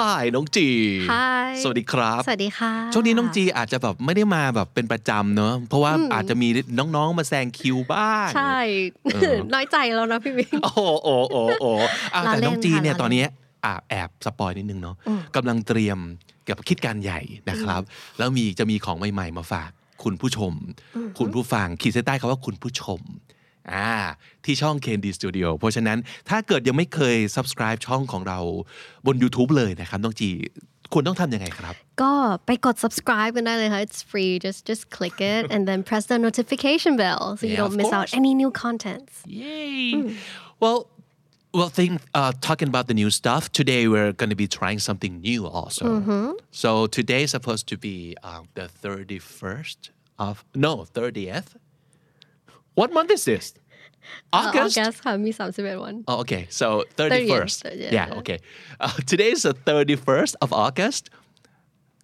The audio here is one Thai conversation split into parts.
Hi น้องจี Hi สวัสดีครับ สวัสดีค่ะ ช่วงนี้น้องจีอาจจะแบบไม่ได้มาแบบเป็นประจำเนอะเพราะว่าอาจจะมีน้องๆมาแซงคิวบ้าง ใช่ เออ น้อยใจแล้วนะพี่บิ๊ก โอ้โหโอ้โหโอ้โหอ่ะ ล้อ แต่ เล่น น้องจีเนี่ย ค่ะตล้อเล่นอนเนี้ยอ่ะแอบสปอยนิดนึงเนาะ อืม กำลังเตรียมเกยวกับคิดการใหญ่นะครับ แล้วมีจะมีของใหม่ ๆ มาฝากคุณผู้ชม คุณผู้ฟังขีดเส้นใต้คำว่าคุณผู้ชมอ่าที่ช่อง Candy Studio เพราะฉะนั้นถ้าเกิดยังไม่เคย subscribe ช่องของเราบน YouTube เลยนะครับน้องจีควรต้องทำยังไงครับ ก็ไปกด subscribe กันได้เลยค่ะ it's free just just click it and then press the notification bell so you Yeah, don't of miss out course. any new contents Yay! Well, well, think uh, talking about the new stuff today. We're going to be trying something new also. So today is supposed to be um, the thirty first of no thirtieth. What month is this? เอ่อ August. Uh, August ค่ะมี31วัน Oh, okay. So 31st. yeah. yeah, okay. Uh, today is the 31st of August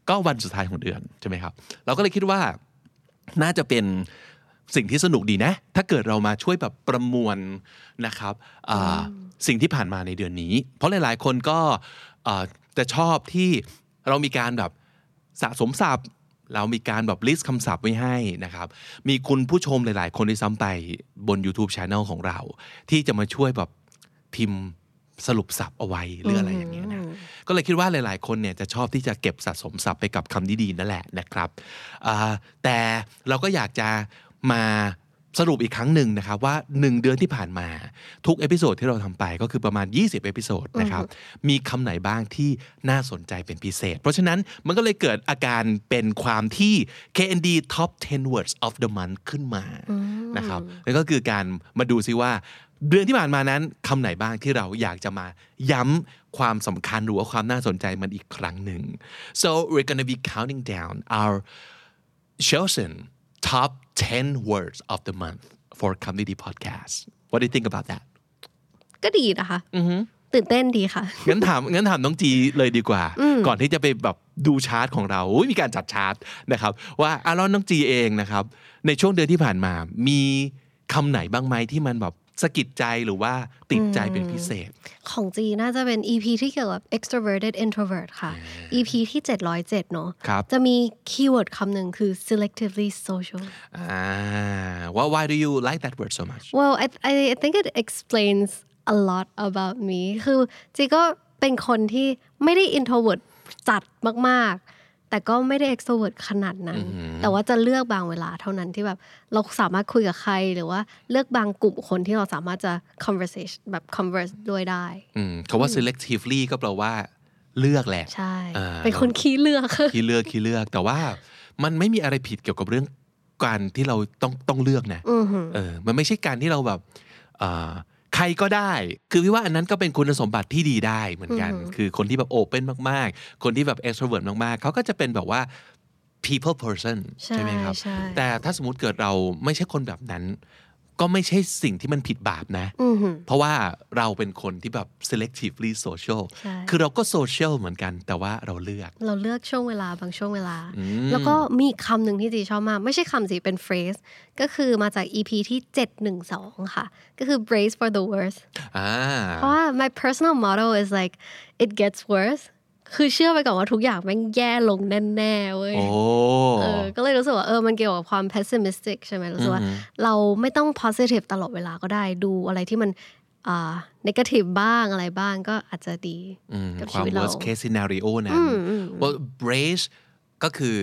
ก็วันสุดท้ายของเดือน ใช่ไหมครับ เราก็เลยคิดว่าน่าจะเป็นสิ่งที่สนุกดีนะ ถ้าเกิดเรามาช่วยแบบประมวลนะครับอ่าสิ่งที่ผ่านมาในเดือนนี้ เพราะหลาย ๆ คนก็เอ่อจะชอบที่เรามีการแบบ สะสมศัพท์ เรามีการแบบ list คำศัพท์ไว้ให้นะครับ มีคุณผู้ชมหลาย ๆ คนที่ซ้ำไปบน YouTube Channel ของเรา ที่จะมาช่วยแบบพิมพ์สรุปศัพท์เอาไว้ หรืออะไรอย่างเงี้ยนะ ก็เลยคิดว่าหลาย ๆ คนเนี่ยจะชอบที่จะเก็บสะสมศัพท์ไปกับคำดีๆนั่นแหละนะครับอ่าแต่เราก็อยากจะมาสรุปอีกครั้งหนึ่งนะครับว่า 1 เดือนที่ผ่านมา ทุกเอพิโซดที่เราทำไปก็คือประมาณ 20 เอพิโซดนะครับมีคำไหนบ้างที่น่าสนใจเป็นพิเศษ เพราะฉะนั้นมันก็เลยเกิดอาการเป็นความที่ KND Top 10 Words of the Month ขึ้นมานะครับแล้วก็คือการมาดูซิว่า เดือนที่ผ่านมานั้นคำไหนบ้างที่เราอยากจะมาย้ำความสำคัญหรือว่าความน่าสนใจมันอีกครั้งหนึ่ง so we're gonna be counting down our chosen top 10 words of the month for community podcast what do you think about that ก็ดีนะคะตื่นเต้นดีค่ะ งั้นถามงั้นถามน้องจีเลยดีกว่า ก่อนที่จะไปแบบดูชาร์ตของเราอุ๊ยมีการจัดชาร์ตนะครับ ว่าอารอนน้องจีเองนะครับ ในช่วงเดือนที่ผ่านมา มีคำไหนบ้างไหมที่มันแบบสะกิดใจหรือว่าติดใจเป็นพิเศษ ของจีน่าจะเป็น EP ที่เกี่ยวกับ extroverted introvert ค่ะ EP ที่ 707 เนอะ ครับ จะมีคีย์เวิร์ดคำหนึ่งคือ selectively social Ah, why why do you like that word so much? Well I I I think it explains a lot about me คือจีก็เป็นคนที่ไม่ได้ introvert จัดมาก ๆ แต่ก็ไม่ได้ extrovert ขนาดนั้น แต่ว่าจะเลือกบางเวลาเท่านั้นที่แบบเราสามารถคุยกับใคร หรือว่าเลือกบางกลุ่มคนที่เราสามารถจะ conversation แบบ converse ด้วยได้ อืมคำว่า selectively ก็แปลว่าเลือกแหละ ใช่ อ่า เป็นคนขี้เลือก ที่เลือกที่เลือก แต่ว่ามันไม่มีอะไรผิดเกี่ยวกับเรื่องการที่เราต้องต้องเลือกนะเออ มันไม่ใช่การที่เราแบบเอ่อใครก็ได้ คือพี่ว่าอันนั้นก็เป็นคุณสมบัติที่ดีได้เหมือนกัน คือคนที่แบบโอเ n นมาก ๆ คนที่แบบ extrovert มาก ๆ เขาก็จะเป็นแบบว่า people person ใช่ ใช่ไหมครับ ใช่ แต่ถ้าสมมติเกิดเราไม่ใช่คนแบบนั้น ก็ไม่ใช่สิ่งที่มันผิดบาปนะ เพราะว่าเราเป็นคนที่แบบ selectively social ใช่ คือเราก็ social เหมือนกัน แต่ว่าเราเลือก เราเลือกช่วงเวลาบางช่วงเวลา แล้วก็มีคำหนึ่งที่จีชอบมาก ไม่ใช่คำสิเป็น phrase ก็คือมาจาก EP ที่ 712 ค่ะ ก็คือ brace for the worst อ่า เพราะว่า my personal motto is like it gets worse คือเชื่อไปก่อนว่าทุกอย่างแม่งแย่ลงแน่ๆเว้ย โอ้ เออก็เลยรู้สึกว่าเออมันเกี่ยวกับความ pessimistic ใช่ไหมรู้สึกว่าเราไม่ต้อง positive ตลอดเวลาก็ได้ดูอะไรที่มันอ่า negative บ้างอะไรบ้างก็อาจจะดีกับ ค ชี วาม วิตเรา worst case scenario นั้น well brace ก็คือ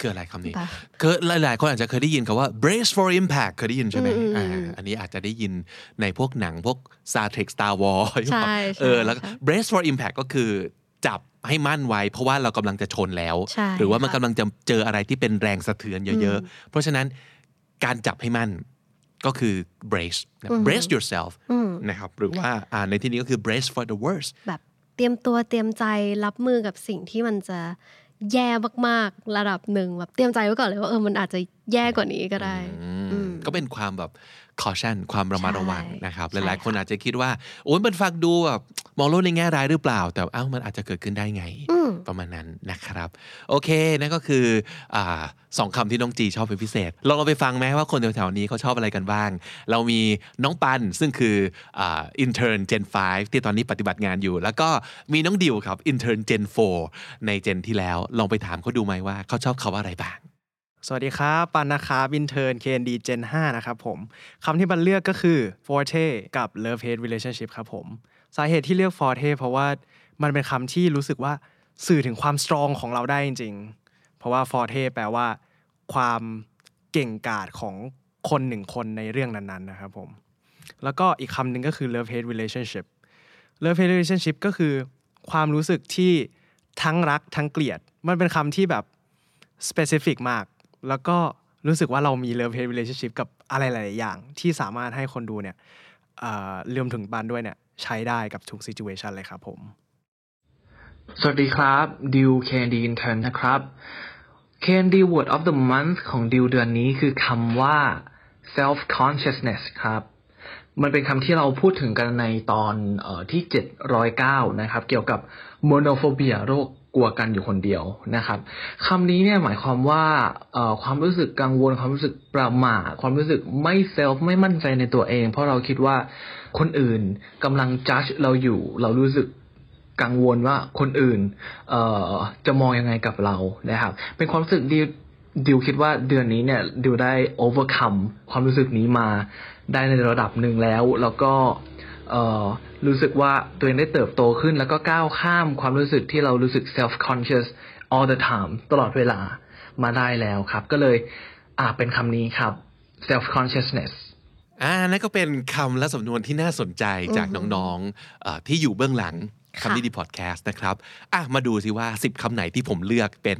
คืออะไรคำนี้ ปะ คือหลายๆคนอาจจะเคยได้ยินคำว่า brace for impact เคยได้ยินใช่ไหมอ่าอันนี้อาจจะได้ยินในพวกหนังพวก Star Trek Star Wars ใช่ เออแล้วก็ ใช่ brace for impact ก็คือจับให้มั่นไว้ เพราะว่าเรากำลังจะชนแล้ว ใช่ หรือว่ามัน ค่ะ กำลังจะเจออะไรที่เป็นแรงสะเทือนเยอะๆ เพราะฉะนั้นการจับให้มั่นก็คือ brace นะ brace yourself นะครับหรือว่าอ่าในที่นี้ก็คือ brace for the worst แบบเตรียมตัวเตรียมใจรับมือกับสิ่งที่มันจะแย่มากๆระดับหนึ่งแบบเตรียมใจไว้ก่อนเลยว่าเออมันอาจจะแย่กว่านี้ก็ได้ อืม ก็เป็นความแบบ caution ความระมัดระวัง ใช่ นะครับ ห ใช่ ลายๆ คน ค่ะ อาจจะคิดว่า โอ้ยมันฟังดูแบบมองโลกในแง่ร้ายหรือเปล่า แต่เอ้ามันอาจจะเกิดขึ้นได้ไง อืม ประมาณนั้นนะครับ โอเค นั่นก็คืออาสองคำที่น้องจีชอบเป็นพิเศษ ลองเราไปฟังไหมว่าคนแถวๆนี้เขาชอบอะไรกันบ้าง เรามีน้องปันซึ่งคืออินเทอร์นเจน5ที่ตอนนี้ปฏิบัติงานอยู่ แล้วก็มีน้องดิวครับอินเทอร์นเจน4ในเจนที่แล้ว ลองไปถามเขาดูไหมว่าเขาชอบคาว่าอะไรบ้าง สวัสดีครับ ปันนะครับอินเทอร์น KND Gen 5 นะครับผมคำที่ปันเลือกก็คือ Forte กับ Love Hate Relationship ครับผม สาเหตุที่เลือก Forte เพราะว่ามันเป็นคำที่รู้สึกว่าสื่อถึงความสตรองของเราได้จริง ๆ เพราะว่า Forte แปลว่า ความเก่งกาจของคนหนึ่งคนในเรื่องนั้นๆนะครับผม แล้วก็อีกคำหนึ่งก็คือ Love Hate Relationship Love Hate Relationship ก็คือ ความรู้สึกที่ทั้งรักทั้งเกลียด มันเป็นคำที่แบบ specific มาก แล้วก็รู้สึกว่าเรามี Love Hate Relationship กับอะไรหลาย ๆ อย่าง ที่สามารถให้คนดูเนี่ยเอ่อรวมถึงบานด้วยเนี่ยใช้ได้กับทุก situation เลยครับผม สวัสดีครับดิวเคนดีอินเทอร์นะครับเคนดี word of the month ของดิวเดือนนี้คือคำว่า self consciousness ครับ มันเป็นคำที่เราพูดถึงกันในตอนเออที่ 709 นะครับ เกี่ยวกับ monophobia โรคกลัวกันอยู่คนเดียวนะครับคำนี้เนี่ยหมายความว่าเอ่อความรู้สึกกังวล ความรู้สึกประหม่าความรู้สึกไม่ self ไม่มั่นใจในตัวเอง เพราะเราคิดว่าคนอื่นกำลัง judge เราอยู่ เรารู้สึก กังวลว่าคนอื่น เอ่อจะมองยังไงกับเรานะครับ เป็นความรู้สึกดิวดิวคิดว่าเดือนนี้เนี่ยดิวได้ overcome ความรู้สึกนี้มาได้ในระดับหนึ่งแล้ว แล้วก็เอ่อรู้สึกว่าตัวเองได้เติบโตขึ้น แล้วก็ก้าวข้ามความรู้สึกที่เรารู้สึก self conscious all the time ตลอดเวลามาได้แล้วครับ ก็เลยอ่าเป็นคำนี้ครับ self consciousness อ่านั่นก็เป็นคำและสำนวนที่น่าสนใจจากน้องๆเอ่อที่อยู่เบื้องหลัง ค่ะ คำนี้ดีพอดแคสต์นะครับ อ่ะ มาดูสิว่า 10คำไหนที่ผมเลือกเป็น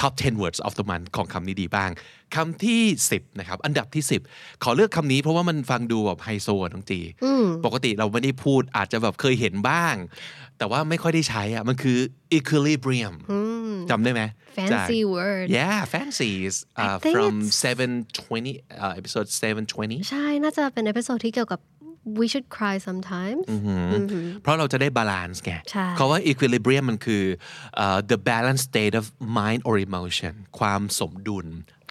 top 10 words of the month ของคำนี้ดีบ้างคำที่ 10 นะครับ อันดับที่ 10 ขอเลือกคำนี้เพราะว่ามันฟังดูแบบไฮโซอะน้องจี อืม ปกติเราไม่ได้พูดอาจจะแบบเคยเห็นบ้าง แต่ว่าไม่ค่อยได้ใช้อ่ะ มันคือ equilibrium ม จำได้ไหมจาก fancy word Yeah, fancies I uh, think from it's- 720, uh, episode 720 ใช่ น่าจะเป็นเอพิโซดที่เกี่ยวกับ we should cry sometimes เพราะเราจะได้บาลานซ์ไง ใช่ เขาว่า equilibrium มันคือเอ่อ the balanced state of mind or emotion ความสมดุล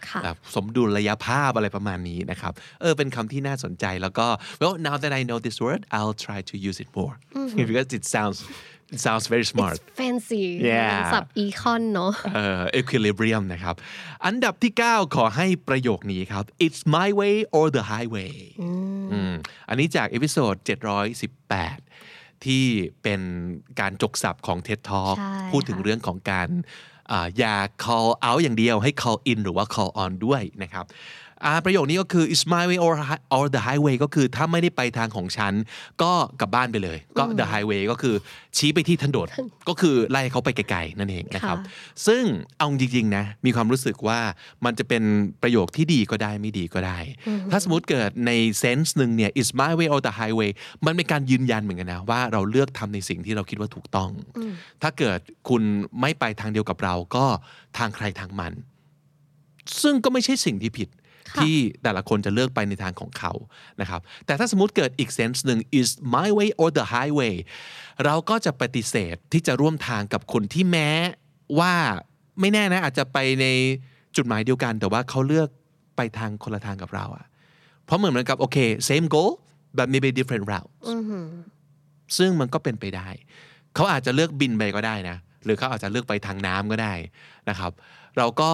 ค่ะ แบบสมดุลระยะภาพอะไรประมาณนี้นะครับ เออ เป็นคำที่น่าสนใจแล้วก็ well now that I know this word I'll try to use it more because it sounds it sounds very smart It's fancy Yeah สับอีคอนเนาะ เอ่อ equilibrium นะครับ อันดับที่ 9 ขอให้ประโยคนี้ครับ it's my way or the highway อืมอันนี้จากเอพิโซด718 ที่เป็นการจกสับของ TED Talk ใช่ พูดถึง ค่ะ เรื่องของการอ่าอย่า call out อย่างเดียวให้ call in หรือว่า call on ด้วยนะครับอ่าประโยคนี้ก็คือ it's my way or hi- or the highway ก็คือถ้าไม่ได้ไปทางของฉัน ก็กลับบ้านไปเลย ก็ the highway ก็คือชี้ไปที่ถนนก็คือไล่เขาไปไกลๆนั่นเองนะครับ ค่ะ ซึ่งเอาจริงๆนะมีความรู้สึกว่ามันจะเป็นประโยคที่ดีก็ได้ไม่ดีก็ได้ ถ้าสมมติเกิดในเซนส์หนึ่งเนี่ย is my way or the highway มันเป็นการยืนยันเหมือนกันนะว่าเราเลือกทำในสิ่งที่เราคิดว่าถูกต้อง ถ้าเกิดคุณไม่ไปทางเดียวกับเราก็ทางใครทางมัน ซึ่งก็ไม่ใช่สิ่งที่ผิด ค่ะ ที่แต่ละคนจะเลือกไปในทางของเขานะครับแต่ถ้าสมมติเกิดอีกเซนส์หนึ่ง is my way or the highway เราก็จะปฏิเสธที่จะร่วมทางกับคนที่แม้ว่าไม่แน่นะอาจจะไปในจุดหมายเดียวกัน แต่ว่าเขาเลือกไปทางคนละทางกับเราอะเพราะเหมือนกับโอเค same goal but maybe different route ซึ่งมันก็เป็นไปได้ เขาอาจจะเลือกบินไปก็ได้นะ หรือเขาอาจจะเลือกไปทางน้ำก็ได้นะครับ เราก็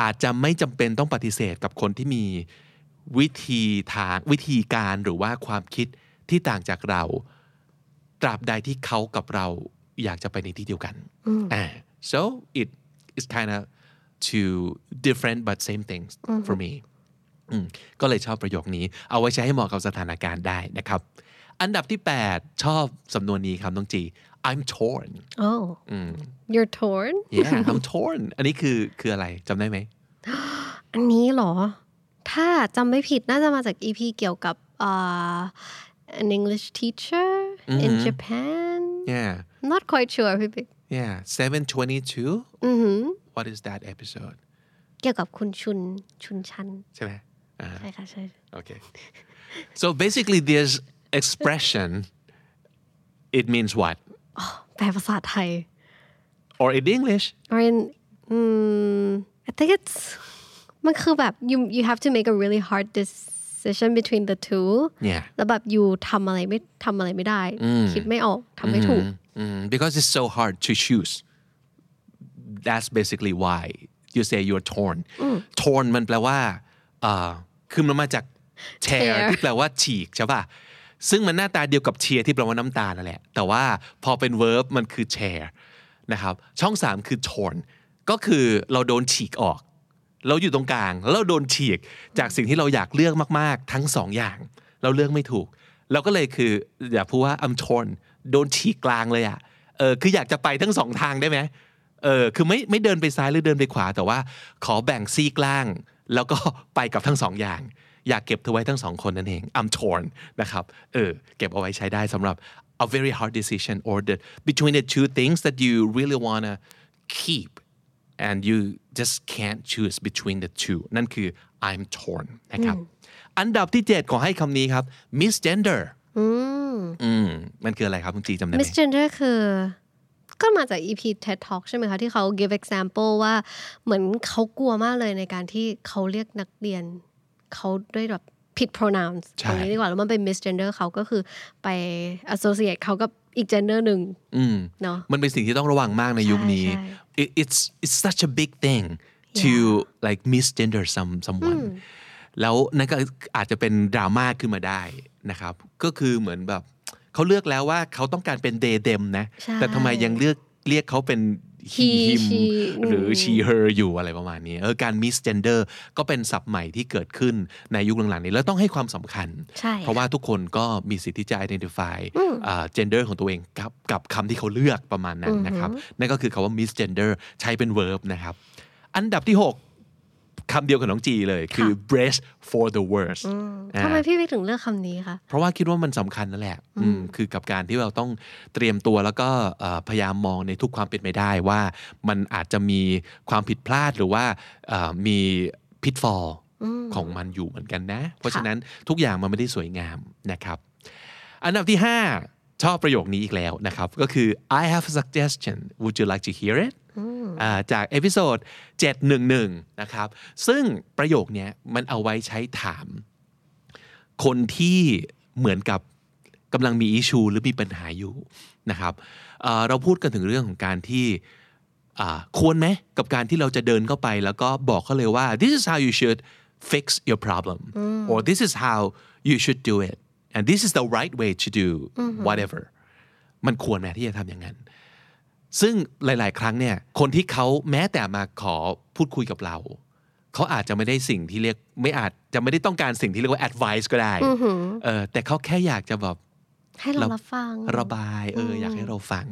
อาจจะไม่จำเป็นต้องปฏิเสธกับคนที่มีวิธีทางวิธีการหรือว่าความคิดที่ต่างจากเรา ตราบใดที่เขากับเราอยากจะไปในที่เดียวกันอ่า so it is kind of two different but same things for me อืมก็เลยชอบประโยคนี้ เอาไว้ใช้ให้เหมาะกับสถานการณ์ได้นะครับ อันดับที่ 8 ชอบสำนวนนี้ครับน้องจี I'm torn oh you're torn yeah I'm torn อันนี้คือคืออะไรจำได้ไหม อันนี้เหรอ ถ้าจำไม่ผิดน่าจะมาจาก EP เกี่ยวกับอ่า an English teacher in Japan yeah not quite sure พี่ปิ๊ก yeah 722 อือหือ what is that episode เกี่ยวกับคุณชุนชุนชัน ใช่ไหม อ่า ใช่ค่ะใช่ Okay. So basically, this expression, it means what? แปลภาษาไทย Or in English, or in mm, I think it's มันคือแบบ you you have to make a really hard decision between the two Yeah. แล้วแบบ you ทำอะไรไม่ทำอะไรไม่ได้ คิดไม่ออกทำไม่ถูก mm, because it's so hard to choose. That's basically why you say you're torn. Torn มันแปลว่าเอ่อคือมันมาจาก tear Tear ที่แปลว่าฉีกใช่ป่ะ ซึ่งมันหน้าตาเดียวกับเชียร์ที่แปลว่าน้ำตานั่นแหละ แต่ว่าพอเป็น verb มันคือ tear นะครับ ช่อง 3 คือ torn ก็คือเราโดนฉีกออก เราอยู่ตรงกลางแล้วเราโดนฉีกจากสิ่งที่เราอยากเลือกมาก ๆ ทั้งสองอย่าง เราเลือกไม่ถูก เราก็เลยคืออย่าพูดว่า I'm torn โดนฉีกกลางเลยอะเออคืออยากจะไปทั้งสองทางได้ไหมเออคือไม่ไม่เดินไปซ้ายหรือเดินไปขวาแต่ว่า ขอแบ่งซีกล่าง แล้วก็ ไปกับทั้งสองอย่าง อยากเก็บเธอไว้ทั้งสองคนนั่นเอง I'm torn นะครับเออเก็บเอาไว้ใช้ได้สำหรับ a very hard decision or the between the two things that you really wanna keep and you just can't choose between the two นั่นคือ I'm torn นะครับ อันดับที่ 7 ขอให้คำนี้ครับ misgender อืมมันคืออะไรครับคุณจีจำได้ไหม misgender คือ ก็มาจาก EP TED Talk ใช่ไหมคะ ที่เขา give example ว่าเหมือนเขากลัวมากเลยในการที่เขาเรียกนักเรียน เขาด้วยแบบผิด pronouns ใช่ ตรงนี้ดีกว่า แล้วมันเป็น misgender เขาก็คือไป associate เขากับอีก gender หนึ่งเนาะ มันเป็นสิ่งที่ต้องระวังมากในยุคนี้ ใช่ใช่ It- it's it's such a big thing to like misgender some someone แล้วนั่นก็อาจจะเป็นดราม่าขึ้นมาได้นะครับ ก็คือเหมือนแบบเขาเลือกแล้วว่าเขาต้องการเป็นเดเดมนะ ใช่ แต่ทำไมยังเลือกเรียกเขาเป็น he He him she หรือ ม she her อยู่อะไรประมาณนี้เออการ misgender ก็เป็นศัพท์ใหม่ที่เกิดขึ้นในยุคหลังๆนี้ แล้วต้องให้ความสำคัญ ใช่ เพราะว่าทุกคนก็มีสิทธิ์ที่จะ identify อ่า gender ของตัวเองกับกับคำที่เขาเลือกประมาณนั้นนะครับ นั่นก็คือคาว่า misgender ใช้เป็น verb นะครับ อันดับที่ 6คำเดียวกับน้องจีเลยคือ brace for the worst อ่า ทำไมพี่วิกถึงเลือกคำนี้คะ เพราะว่าคิดว่ามันสำคัญนั่นแหละอืมคือกับการที่เราต้องเตรียมตัวแล้วก็เอ่อพยายามมองในทุกความเป็นไปได้ว่า มันอาจจะมีความผิดพลาดหรือว่าเอ่อมีพิษฟอลของมันอยู่เหมือนกันนะ เพราะฉะนั้นทุกอย่างมันไม่ได้สวยงามนะครับ อันดับที่ 5 ชอบประโยคนี้อีกแล้วนะครับ ก็คือ I have a suggestion would you like to hear it อ่าจากเอพิโซด711 นะครับ ซึ่งประโยคเนี้ยมันเอาไว้ใช้ถาม คนที่เหมือนกับกำลังมีอิชูหรือมีปัญหาอยู่นะครับเอ่อเราพูดกันถึงเรื่องของการที่อ่าควรไหมกับการที่เราจะเดินเข้าไป แล้วก็บอกเขาเลยว่า this is how you should fix your problem or this is how you should do it and this is the right way to do whatever มันควรไหมที่จะทำอย่างนั้น ซึ่งหลาย ๆ ครั้งเนี่ยคนที่เขาแม้แต่มาขอพูดคุยกับเรา เขาอาจจะไม่ได้สิ่งที่เรียกไม่อาจจะไม่ได้ต้องการสิ่งที่เรียกว่า advice ก็ได้เออแต่เขาแค่อยากจะแบบ ให้เรารับฟัง ระบายเอออยากให้เราฟัง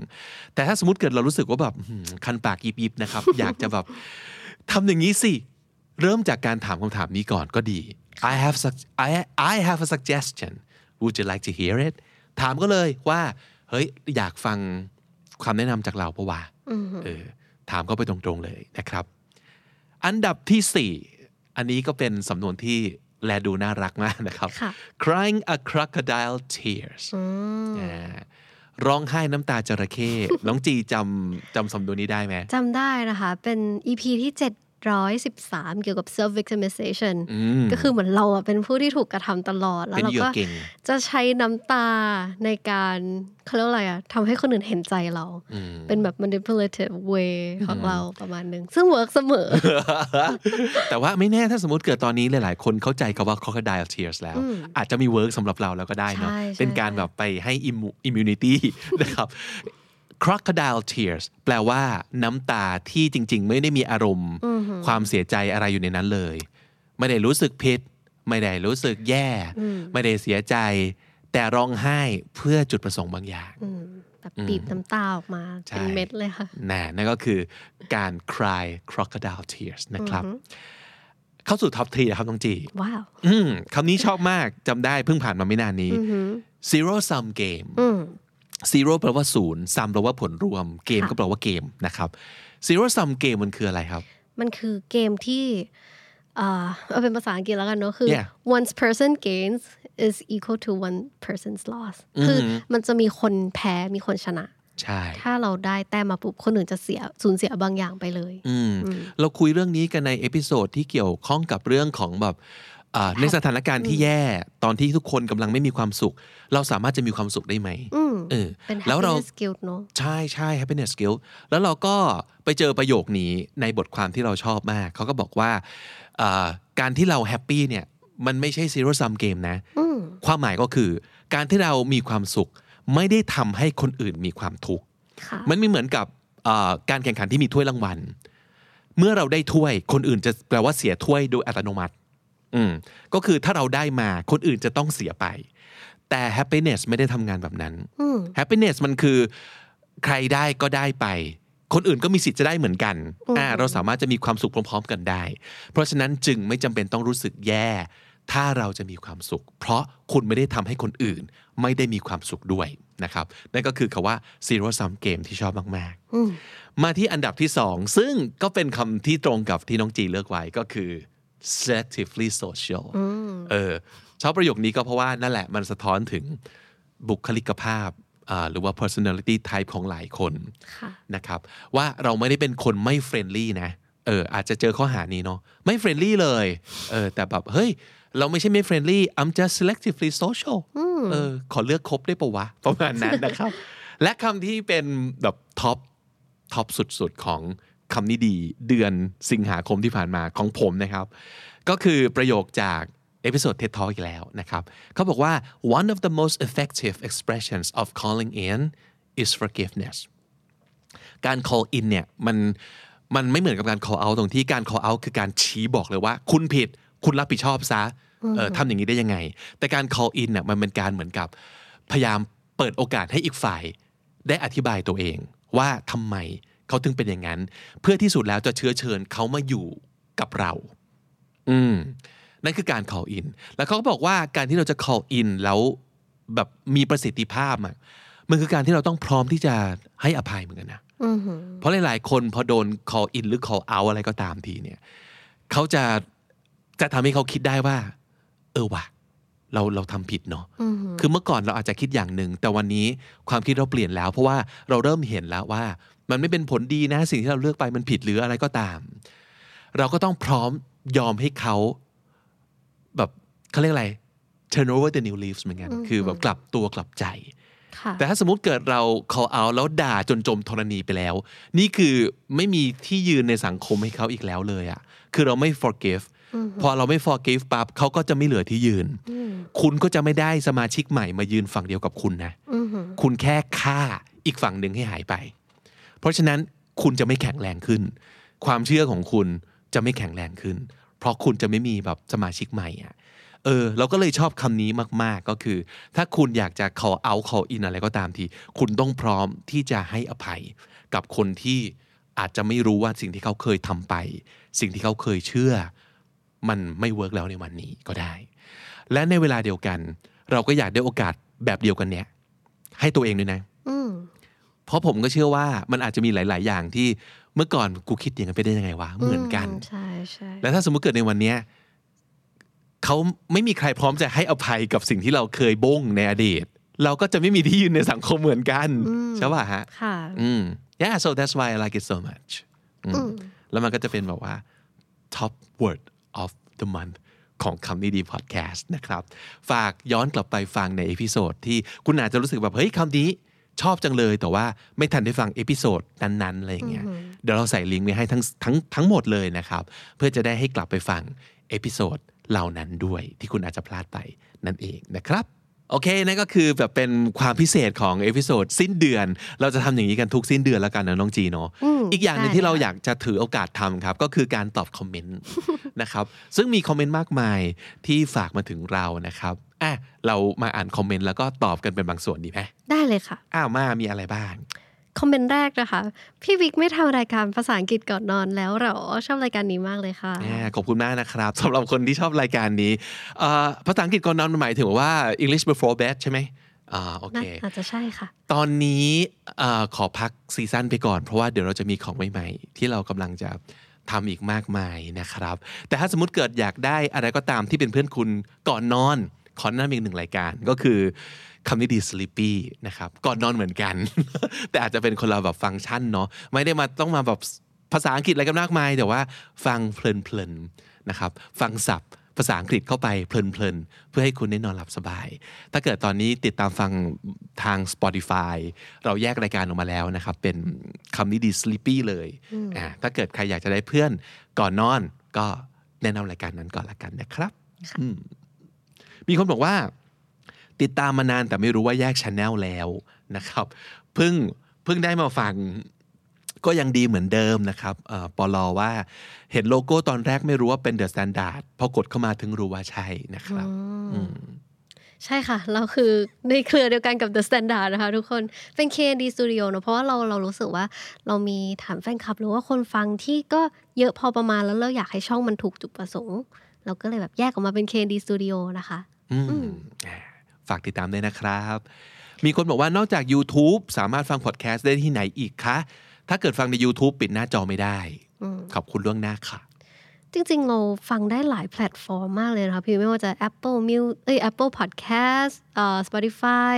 แต่ถ้าสมมติเกิดเรารู้สึกว่าแบบหืมคันปากยิบยิบนะครับ อยากจะแบบทำอย่างนี้สิ เริ่มจากการถามคำถามนี้ก่อนก็ดี I have sug- I I have a suggestion would you like to hear it ถามก็เลยว่า เฮ้ย อยากฟังความแนะนำจากเราปะวะเออถามก็ไปตรงๆเลยนะครับ อันดับที่ 4 อันนี้ก็เป็นสำนวนที่แลดูน่ารักมากนะครับ ค่ะ crying a crocodile tears อ่าร้องไห้น้ำตาจระเข้ น้องจีจำจำสำนวนนี้ได้ไหม จำได้นะคะ เป็น EP ที่ 713 เกี่ยวกับ self victimization ม ก็คือเหมือนเราอะเป็นผู้ที่ถูกกระทำตลอด แล้ว เป็น เรา เหยื่อ ก็ เก่ง จะใช้น้ำตาในการเขาเรียกว่าอะไรอะทำให้คนอื่นเห็นใจเรา เป็นแบบ manipulative way ของเราประมาณหนึง ซึ่ง work เสมอ แต่ว่าไม่แน่ถ้าสมมติเกิดตอนนี้หลาย ๆ คนเข้าใจคำว่า crocodile tears แล้ว อาจจะมีเวิร์กสำหรับเราแล้วก็ได้เนาะ ใช่ เป็นการแบบไปให้ immu- immunity นะครับ crocodile tears แปลว่าน้ำตาที่จริง ๆ ไม่ได้มีอารมณ์ ความเสียใจอะไรอยู่ในนั้นเลย ไม่ได้รู้สึกผิด ไม่ได้รู้สึกแย่ ไม่ได้เสียใจ แต่ร้องไห้เพื่อจุดประสงค์บางอย่าง อืมแบบบีบน้ำตาออกมา ใช่ เป็นเม็ดเลยค่ะ น่ะนั่นก็คือการ cry crocodile tears นะครับ เข้าสู่ท็อปทรีนะครับน้องจี ว้าว อืมคำนี้ชอบมากจำได้เพิ่งผ่านมาไม่นานนี้ zero sum game zero แปลว่าศูนย์ sum แปลว่าผลรวม เกมก็แปลว่าเกมนะครับ zero sum game มันคืออะไรครับ มันคือเกมที่ เอ่อเอาเป็นภาษาอังกฤษแล้วกันเนอะคือ Yeah. one's person gains is equal to one person's loss คือมันจะมีคนแพ้มีคนชนะ ใช่ ถ้าเราได้แต้มมาปุ๊บคนอื่นจะเสียสูญเสียบางอย่างไปเลย อืมเราคุยเรื่องนี้กันในเอพิโซดที่เกี่ยวข้องกับเรื่องของแบบอ่าในสถานการณ์ที่แย่ตอนที่ทุกคนกำลังไม่มีความสุข เราสามารถจะมีความสุขได้ไหมเออ เป็น แล้วเรา happiness guilt เนอะ ใช่ใช่ happiness skill แล้วเราก็ไปเจอประโยคนี้ในบทความที่เราชอบมาก เขาก็บอกว่าอ่าการที่เราแฮปปี้เนี่ย มันไม่ใช่ zero sum game นะ ความหมายก็คือ การที่เรามีความสุข ไม่ได้ทำให้คนอื่นมีความทุกข์ ค่ะ มันไม่เหมือนกับอ่าการแข่งขันที่มีถ้วยรางวัล เมื่อเราได้ถ้วย คนอื่นจะแปลว่าเสียถ้วยโดยอัตโนมัติ อืมก็คือถ้าเราได้มาคนอื่นจะต้องเสียไป แต่ happiness ไม่ได้ทำงานแบบนั้น happiness มันคือ ใครได้ก็ได้ไป คนอื่นก็มีสิทธิ์จะได้เหมือนกันอ่าเราสามารถจะมีความสุขพร้อม ๆ กันได้ เพราะฉะนั้นจึงไม่จำเป็นต้องรู้สึกแย่ ถ้าเราจะมีความสุข เพราะคุณไม่ได้ทำให้คนอื่น ไม่ได้มีความสุขด้วยนะครับนั่นก็คือคำว่า zero sum game ที่ชอบมากๆ มาที่อันดับที่สองซึ่งก็เป็นคำที่ตรงกับที่น้องจีเลือกไว้ก็คือ selectively social เออชอบประโยคนี้ก็เพราะว่านั่นแหละมันสะท้อนถึงบุคลิกภาพอ่าหรือว่า personality type ของหลายคน ค่ะ นะครับ ว่าเราไม่ได้เป็นคนไม่ friendly นะเอออาจจะเจอข้อหานี้เนาะไม่ friendly เลยเออแต่แบบเฮ้ย เราไม่ใช่ไม่ friendly I'm just selectively social เออขอเลือกคบได้ปะว ะ ประมาณนั้น นะครับ และคำที่เป็นแบบท็อป ท็อปสุดๆ ของคำนี้ดีเดือนสิงหาคมที่ผ่านมาของผมนะครับ ก็คือประโยคจากเอพิโซดเท็ดทออีกแล้วนะครับเขาบอกว่า one of the most effective expressions of calling in is forgiveness การ call in เนี่ยมันมันไม่เหมือนกับการ call out ตรงที่การ call out คือการชี้บอกเลยว่า คุณผิดคุณรับผิดชอบซะเออทำอย่างนี้ได้ยังไง แต่การ call in น่ะมันเป็นการเหมือนกับ พยายามเปิดโอกาสให้อีกฝ่าย ได้อธิบายตัวเองว่าทำไมเขาถึงเป็นอย่างนั้น เพื่อที่สุดแล้วจะเชื้อเชิญเขามาอยู่กับเรา อืมนั่นคือการ call in แล้วเขาก็บอกว่าการที่เราจะ call in แล้วแบบมีประสิทธิภาพอะมันคือการที่เราต้องพร้อมที่จะให้อภัยเหมือนกันนะ เพราะหลาย ๆ คนพอโดน call in หรือ call out อะไรก็ตามทีเนี่ยเขาจะจะทำให้เขาคิดได้ว่า เออว่ะ เราเราทำผิดเนาะคือเมื่อก่อนเราอาจจะคิดอย่างหนึ่ง แต่วันนี้ความคิดเราเปลี่ยนแล้ว เพราะว่าเราเริ่มเห็นแล้วว่า มันไม่เป็นผลดีนะ สิ่งที่เราเลือกไปมันผิดหรืออะไรก็ตาม เราก็ต้องพร้อมยอมให้เขา แบบเขาเรียกอะไร turn over the new leaves เหมือนกัน คือแบบกลับตัวกลับใจ ค่ะ แต่ถ้าสมมติเกิดเรา call out แล้วด่าจนจมธรณีไปแล้ว นี่คือไม่มีที่ยืนในสังคมให้เขาอีกแล้วเลยอะคือเราไม่ forgive พอเราไม่ forgive ปั๊บเขาก็จะไม่เหลือที่ยืน คุณก็จะไม่ได้สมาชิกใหม่มายืนฝั่งเดียวกับคุณนะ คุณแค่ฆ่าอีกฝั่งหนึ่งให้หายไป เพราะฉะนั้นคุณจะไม่แข็งแรงขึ้น ความเชื่อของคุณจะไม่แข็งแรงขึ้น เพราะคุณจะไม่มีแบบสมาชิกใหม่อะเออ เราก็เลยชอบคำนี้มาก ๆ ก็คือ ถ้าคุณอยากจะ call out call in อะไรก็ตามที คุณต้องพร้อมที่จะให้อภัย กับคนที่อาจจะไม่รู้ว่าสิ่งที่เขาเคยทำไป สิ่งที่เขาเคยเชื่อ มันไม่เวิร์กแล้วในวันนี้ก็ได้ และในเวลาเดียวกัน เราก็อยากได้โอกาสแบบเดียวกันเนี้ยให้ตัวเองด้วยนะ เพราะผมก็เชื่อว่ามันอาจจะมีหลาย ๆ อย่างที่เมื่อก่อนกูคิดอย่างนั้นไปได้ยังไงวะ เหมือนกัน มใช่ใช่ และถ้าสมมุติเกิดในวันเนี้ยเขาไม่มีใครพร้อมจะให้อภัยกับสิ่งที่เราเคยบ้งในอดีต เราก็จะไม่มีที่ยืนในสังคมเหมือนกัน ใช่ป่ะฮะ ค่ะ อืม yeah so that's why I like it so much อืมแล้วมันก็จะเป็นแบบว่า top word of the month ของคำนี้ดีพอดแคสต์นะครับ ฝากย้อนกลับไปฟังในเอพิโซดที่คุณอาจจะรู้สึกแบบ เฮ้ยคำนี้ชอบจังเลยแต่ว่าไม่ทันได้ฟังเอพิโซดนั้นๆอะไรอย่างเงี้ยเดี๋ยวเราใส่ลิงก์ไว้ให้ทั้งทั้งทั้งหมดเลยนะครับ เพื่อจะได้ให้กลับไปฟังเอพิโซดเหล่านั้นด้วยที่คุณอาจจะพลาดไปนั่นเองนะครับ โอเค นั่นก็คือแบบเป็นความพิเศษของเอพิโซดสิ้นเดือน เราจะทำอย่างนี้กันทุกสิ้นเดือนแล้วกันนะน้องจีเนาะอีกอย่างหนึ่ง ได้ ที่เรา ค่ะ อยากจะถือโอกาสทำครับ ก็คือการตอบคอมเมนต์ นะครับซึ่งมีคอมเมนต์มากมายที่ฝากมาถึงเรานะครับอ่ะเรามาอ่านคอมเมนต์แล้วก็ตอบกันเป็นบางส่วนดีไหม ได้เลยค่ะ อ้าวมามีอะไรบ้าง คอมเมนต์แรกนะคะ พี่วิกไม่ทำรายการภาษาอังกฤษก่อนนอนแล้วเหรอชอบรายการนี้มากเลยค่ะ อ่าขอบคุณมากนะครับ สำหรับคนที่ชอบรายการนี้เอ่อภาษาอังกฤษก่อนนอนมันหมายถึงว่า English before bed ใช่ไหมอ่าโอ น่า เค อาจจะใช่ค่ะ ตอนนี้เออขอพักซีซั่นไปก่อน เพราะว่าเดี๋ยวเราจะมีของใหม่ ๆ ที่เรากำลังจะ ทำอีกมากมายนะครับ แต่ถ้าสมมติเกิดอยากได้อะไรก็ตามที่เป็นเพื่อนคุณก่อนนอน ขอแนะนำอีกหนึ่งรายการก็คือคำนี้ดี sleepy นะครับ ก่อนนอนเหมือนกัน แต่อาจจะเป็นคนละแบบฟังก์ชันเนาะไม่ได้มาต้องมาแบบ ภาษาอังกฤษอะไรกันมากมาย แต่ว่าฟังเพลินๆนะครับ ฟังศัพท์ ภาษาอังกฤษเข้าไปเพลินๆ เพื่อให้คุณได้นอนหลับสบาย ถ้าเกิดตอนนี้ติดตามฟังทาง Spotify เราแยกรายการออกมาแล้วนะครับ เป็นคำนี้ดี sleepy เลยอ่าถ้าเกิดใครอยากจะได้เพื่อนก่อนนอน ก็แนะนำรายการนั้นก่อนละกันนะครับอืมมีคนบอกว่า ติดตามมานานแต่ไม่รู้ว่าแยกชแนลแล้วนะครับเพิ่งเพิ่งได้มาฟัง ก็ยังดีเหมือนเดิมนะครับเอ่อปลอว่าเห็นโลโก้ตอนแรกไม่รู้ว่าเป็นเดอะสแตนดาร์ดพอกดเข้ามาถึงรู้ว่าใช่นะครับอืม ใช่ค่ะ เราคือในเครือเดียวกันกับ The Standard นะคะทุกคนเป็น KND Studio เนอะเพราะว่าเราเรารู้สึกว่าเรามีฐานแฟนคลับ หรือว่าคนฟังที่ก็เยอะพอประมาณแล้วเราอยากให้ช่องมันถูกจุดประสงค์ เราก็เลยแบบแยกออกมาเป็น KND Studio นะคะ อืมฝากติดตามด้วยนะครับ มีคนบอกว่านอกจาก YouTube สามารถฟังพอดแคสต์ได้ที่ไหนอีกคะ ถ้าเกิดฟังใน YouTube ปิดหน้าจอไม่ได้ อืม ขอบคุณล่วงหน้าค่ะ จริงๆ เราฟังได้หลายแพลตฟอร์มมากเลยนะคะพี่ไม่ว่าจะ Apple Music เอ้ย Apple Podcast เอ่อ Spotify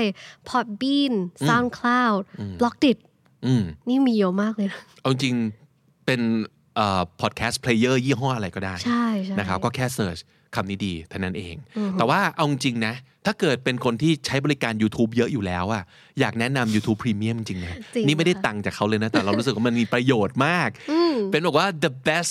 Podbean SoundCloud Blockdit อืม นี่มีเยอะมากเลยนะ เอาจริงๆเป็นพอดแคสต์เพลเยอร์ยี่ห้ออะไรก็ได้ ใช่ใช่ นะครับก็แค่เสิร์ชคำนี้ดีเท่านั้นเอง แต่ว่าเอาจริงๆนะ ถ้าเกิดเป็นคนที่ใช้บริการ YouTube เยอะอยู่แล้วอะอยากแนะนำ YouTube Premium จริงๆนะ จริง นี่ไม่ได้ ค่ะ ตังค์จากเขาเลยนะ แต่เรารู้สึกว่ามันมีประโยชน์มาก เป็นบอกว่า the best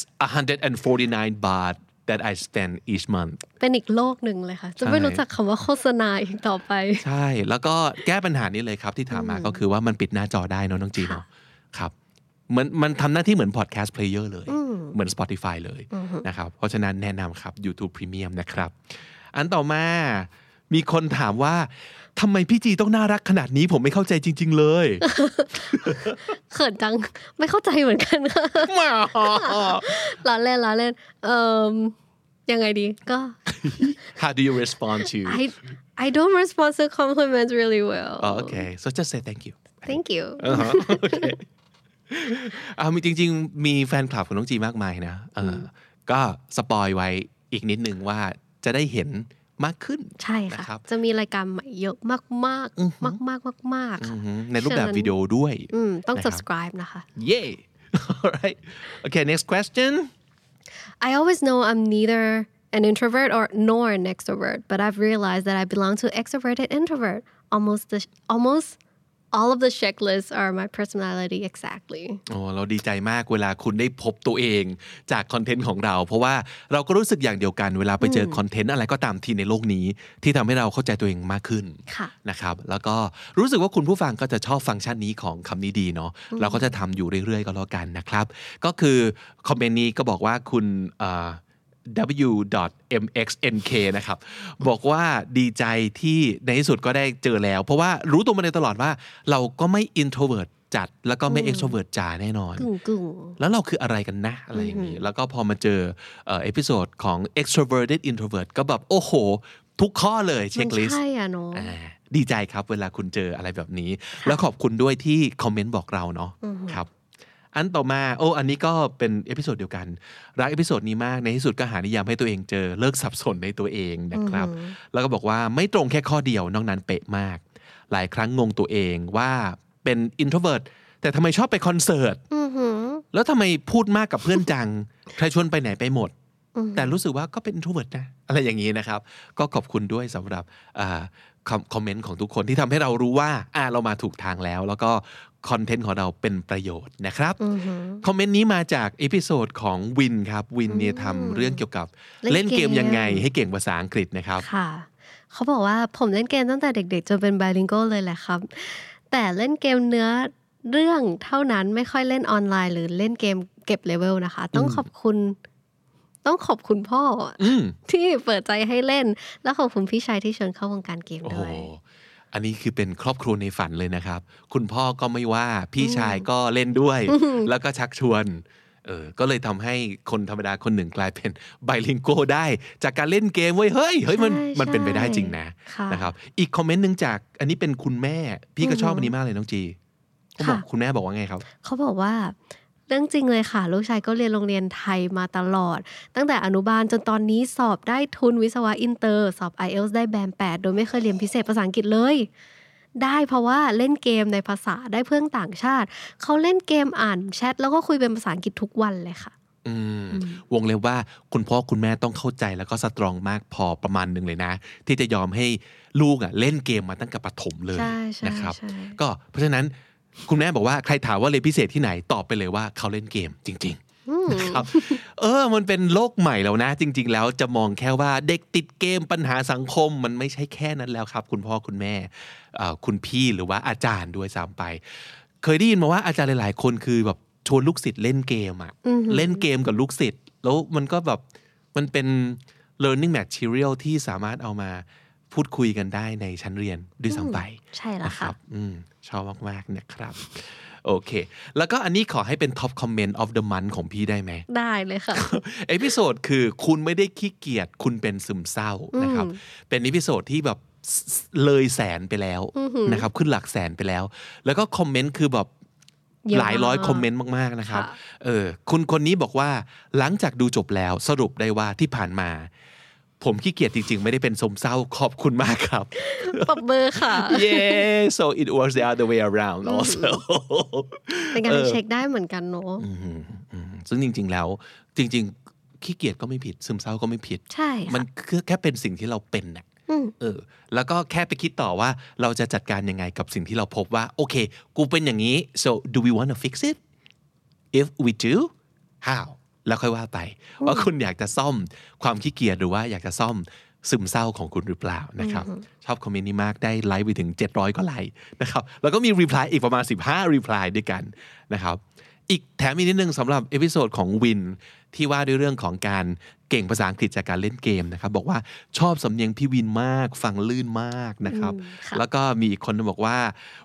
149 baht that I spend each month เป็นอีกโลกหนึ่งเลยค่ะ จะไม่รู้จักคำว่าโฆษณาอีกต่อไป ใช่ แล้วก็แก้ปัญหานี้เลยครับที่ถามมาก็คือว่ามันปิดหน้าจอได้เนอะน้องจีเนาะครับเหมือนมันทำหน้าที่เหมือนพอดแคสต์เพลเยอร์เลย เหมือน Spotify เลยนะครับ เพราะฉะนั้นแนะนำครับ YouTube Premium นะครับ อันต่อมามีคนถามว่าทำไมพี่จีต้องน่ารักขนาดนี้ผมไม่เข้าใจจริง ๆ เลย เขินจัง ไม่เข้าใจเหมือนกัน ค่ะ หมา ล้อเล่นล้อเล่นเอ่มยังไงดีก็ How do you respond to I I don't respond to compliments really well oh, okay Oh, so just say thank you thank you อ่า ฮะโอเคเอามีจริง ๆ มีแฟนคลับของน้องจีมากมายนะเอออก็สปอยไว้อีกนิดนึงว่าจะได้เห็นมากขึ้น ใช่ น ค่ะ รับ จะมีรายการใหม่เยอะมากมากมากมากๆมากๆ อื ค่ะ อฮึในรูปแบบวิดีโอด้วย อืมต้อง นะครับ subscribe นะคะ เย่ alright okay next question I always know I'm neither an introvert or nor an extrovert, but I've realized that I belong to extrovert and introvert. Almost the almost all of the checklists are my personality exactly. โอ้เราดีใจมากเวลาคุณได้พบตัวเองจากคอนเทนต์ของเรา เพราะว่าเราก็รู้สึกอย่างเดียวกัน เวลาไปเจอคอนเทนต์อะไรก็ตามทีในโลกนี้ ที่ทำให้เราเข้าใจตัวเองมากขึ้น ค่ะ นะครับแล้วก็รู้สึกว่าคุณผู้ฟังก็จะชอบฟังก์ชันนี้ของคำนี้ดีเนาะเราก็จะทำอยู่เรื่อยๆ ก็แล้วกันนะครับ ก็คือคอมเมนต์นี้ก็บอกว่าคุณเอ่อ w.mxnk นะครับ บอกว่าดีใจที่ในที่สุดก็ได้เจอแล้ว เพราะว่ารู้ตัวมาในตลอดว่า เราก็ไม่ introvert จัด แล้วก็ไม่ extrovert จ๋าแน่นอน กึ่งๆ แล้วเราคืออะไรกันนะ อะไรอย่างนี้ แล้วก็พอมาเจอเอ่อพิโซดของ extroverted introvert ก็แบบ โอ้โห ทุกข้อเลยเช็คลิสต์ มันใช่อะเนอะ อ่าดีใจครับเวลาคุณเจออะไรแบบนี้ แล้วขอบคุณด้วยที่คอมเมนต์บอกเราเนาะครับ อันต่อมาโอ้อันนี้ก็เป็นเอพิโซดเดียวกัน รักเอพิโซดนี้มากในที่สุดก็หานิยามให้ตัวเองเจอเลิกสับสนในตัวเองนะครับ แล้วก็บอกว่าไม่ตรงแค่ข้อเดียวนอกนั้นเป๊ะมาก หลายครั้งงงตัวเองว่าเป็น introvert แต่ทำไมชอบไปคอนเสิร์ต แล้วทำไมพูดมากกับเพื่อนจั ง ใครชวนไปไหนไปหมด แต่รู้สึกว่าก็เป็นทูเวิร์ดนะ อะไรอย่างนี้นะครับ ก็ขอบคุณด้วยสำหรับอาคอมคอมเมนต์ของทุกคนที่ทำให้เรารู้ว่าอ่าเรามาถูกทางแล้ว แล้วก็คอนเทนต์ของเราเป็นประโยชน์นะครับ คอมเมนต์นี้มาจากเอพิโซดของวินครับ วินเนี่ยทำเรื่องเกี่ยวกับ เล่ เล่น น เก เก ม ม ยังไงให้เก่งภาษาอังกฤษนะครับ ค่ะเขาบอกว่าผมเล่นเกมตั้งแต่เด็กๆ จนเป็นไบลิงโกเลยแหละครับ แต่เล่นเกมเนื้อเรื่องเท่านั้นไม่ค่อยเล่นออนไลน์ หรือเล่นเกมเก็บเลเวลนะคะ ต้องขอบคุณ ต้องขอบคุณพ่ออ ม ที่เปิดใจให้เล่น แล้วขอบคุณพี่ชายที่เชิญเข้าวงการเกม โอ้โห ด้วย อันนี้คือเป็นครอบครัวในฝันเลยนะครับ คุณพ่อก็ไม่ว่า พี่ชายก็เล่นด้วย แล้วก็ชักชวน เออ ก็เลยทำให้คนธรรมดาคนหนึ่งกลายเป็น ไบลิงโกได้ จากการเล่นเกมเว้ย เฮ้ย เฮ้ย มัน ใช่ มันเป็นไปได้ ใช่ จริงนะ ค่ะ นะครับ อีกคอมเมนต์หนึ่งจาก อันนี้เป็นคุณแม่ พี่ก็ชอบอันนี้มากเลยน้องจีเขาบอกคุณแม่บอกว่าไงครับ เขาบอกว่า เรื่องจริงเลยค่ะ ลูกชายก็เรียนโรงเรียนไทยมาตลอด ตั้งแต่อนุบาลจนตอนนี้สอบได้ทุนวิศวะอินเตอร์ สอบ i อ e l t s ได้แบม8โดยไม่เคยเรียนพิเศษภาษาอังกฤษเลย ได้เพราะว่าเล่นเกมในภาษาได้เพื่อนต่างชาติ เขาเล่นเกมอ่านแชทแล้วก็คุยเป็นภาษาอังกฤษทุกวันเลยค่ะ อืมวงเล็บว่าคุณพ่อคุณแม่ต้องเข้าใจแล้วก็สตรองมากพอประมาณหนึ่งเลยนะ ที่จะยอมให้ลูกอ่ะเล่นเกมมาตั้งแต่ปฐมเลย ใช่ใช่ นะครับ ใช่ ก็เพราะฉะนั้นคุณแม่บอกว่าใครถามว่าเรียนพิเศษที่ไหนตอบไปเลยว่าเขาเล่นเกมจริง ๆ อืม ครับเออ มันเป็นโลกใหม่แล้วนะ จริง ๆ แล้วจะมองแค่ว่าเด็กติดเกมปัญหาสังคมมันไม่ใช่แค่นั้นแล้วครับ คุณพ่อคุณแม่เอ่อคุณพี่หรือว่าอาจารย์ด้วยซ้ำไป เคยได้ยินมาว่าอาจารย์หลายๆ คนคือแบบชวนลูกศิษย์เล่นเกมอะ อือหือ เล่นเกมกับลูกศิษย์แล้วมันก็แบบมันเป็น learning material ที่สามารถเอามาพูดคุยกันได้ในชั้นเรียนด้วยซ้ำไป ใช่แล้ว นะค ค่ะ รับอืมชอบมาก ๆ นะครับ โอเค แล้วก็อันนี้ขอให้เป็น Top Comment of the Month ของพี่ได้ไหม ได้เลยค่ะ เอพิโซดคือคุณไม่ได้ขี้เกียจคุณเป็นซึมเศร้านะครับ เป็นเอพิโซดที่แบบสสเลยแสนไปแล้วนะครับ ขึ้นหลักแสนไปแล้ว แล้วก็คอมเมนต์คือแบบ เยอะ หลายร้อย มาก คอมเมนต์มาก ๆ นะครับ ค่ะ เออคุณคนนี้บอกว่าหลังจากดูจบแล้วสรุปได้ว่าที่ผ่านมา ผมขี้เกียจจริง ๆ ไม่ได้เป็นซึมเศร้าขอบคุณมากครับ ปรบเบอร์ค่ะ yeah so it was the other way around also เป็นการเช็คได้เหมือนกันเนอะ อืมอืมซึ่งจริง ๆ แล้วจริง ๆ ขี้เกียจก็ไม่ผิด ซึมเศร้าก็ไม่ผิด ใช่ มัน ค่ะ คือแค่เป็นสิ่งที่เราเป็นน่ะ อืม เออ แล้วก็แค่ไปคิดต่อว่าเราจะจัดการยังไงกับสิ่งที่เราพบว่า โอเค กูเป็นอย่างนี้ so do we want to fix it if we do how แล้วค่อยว่าไป ว่าคุณอยากจะซ่อมความขี้เกียจหรือว่าอยากจะซ่อมซึมเศร้าของคุณหรือเปล่านะครับ ชอบคอมเมนต์นี้มากได้ไลค์ไปถึง 700 ก็ไลค์นะครับ แล้วก็มีรีプライอีกประมาณ 15รีプライด้วยกันนะครับ อีกแถมอีกนิดนึงสำหรับเอพิโซดของวิน ที่ว่าด้วยเรื่องของการเก่งภาษาอังกฤษจากการเล่นเกมนะครับ บอกว่าชอบสำเนียงพี่วินมากฟังลื่นมากนะครับ อืมค่ะ แล้วก็มีอีกคนบอกว่า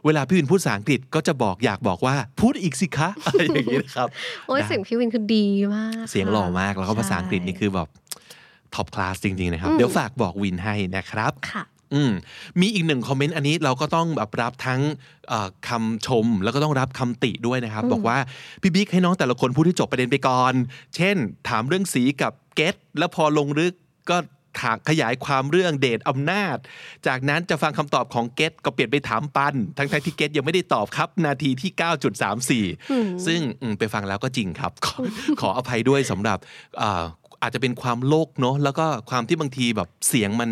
เวลาพี่วินพูดภาษาอังกฤษก็จะบอกอยากบอกว่าพูดอีกสิคะ อะไรอย่างนี้นะครับ โอ้ยเสียงพี่วินคือดีมากค่ะ เสียงหล่อมากแล้วก็ภาษาอังกฤษนี่คือแบบท็อปคลาสจริง ๆ นะครับ เดี๋ยวฝากบอกวินให้นะครับ ค่ะ อืมมีอีกหนึ่งคอมเมนต์อันนี้เราก็ต้องแบบรับทั้งเอ่อคำชมแล้วก็ต้องรับคำติด้วยนะครับ บอกว่า พี่บิ๊กให้น้องแต่ละคนพูดที่จบประเด็นไปก่อน เช่น ถามเรื่องสีกับเกตแล้วพอลงลึกก็ถามขยายความเรื่องเดชอำนาจ จากนั้นจะฟังคำตอบของเกตก็เปลี่ยนไปถามปัน ทั้งๆที่เกตยังไม่ได้ตอบครับ นาทีที่ 9.34 ซึ่งอืมไปฟังแล้วก็จริงครับ ขอขออภัยด้วยสำหรับเอ่อ อาจจะเป็นความโลกเนาะแล้วก็ความที่บางทีแบบเสียงมัน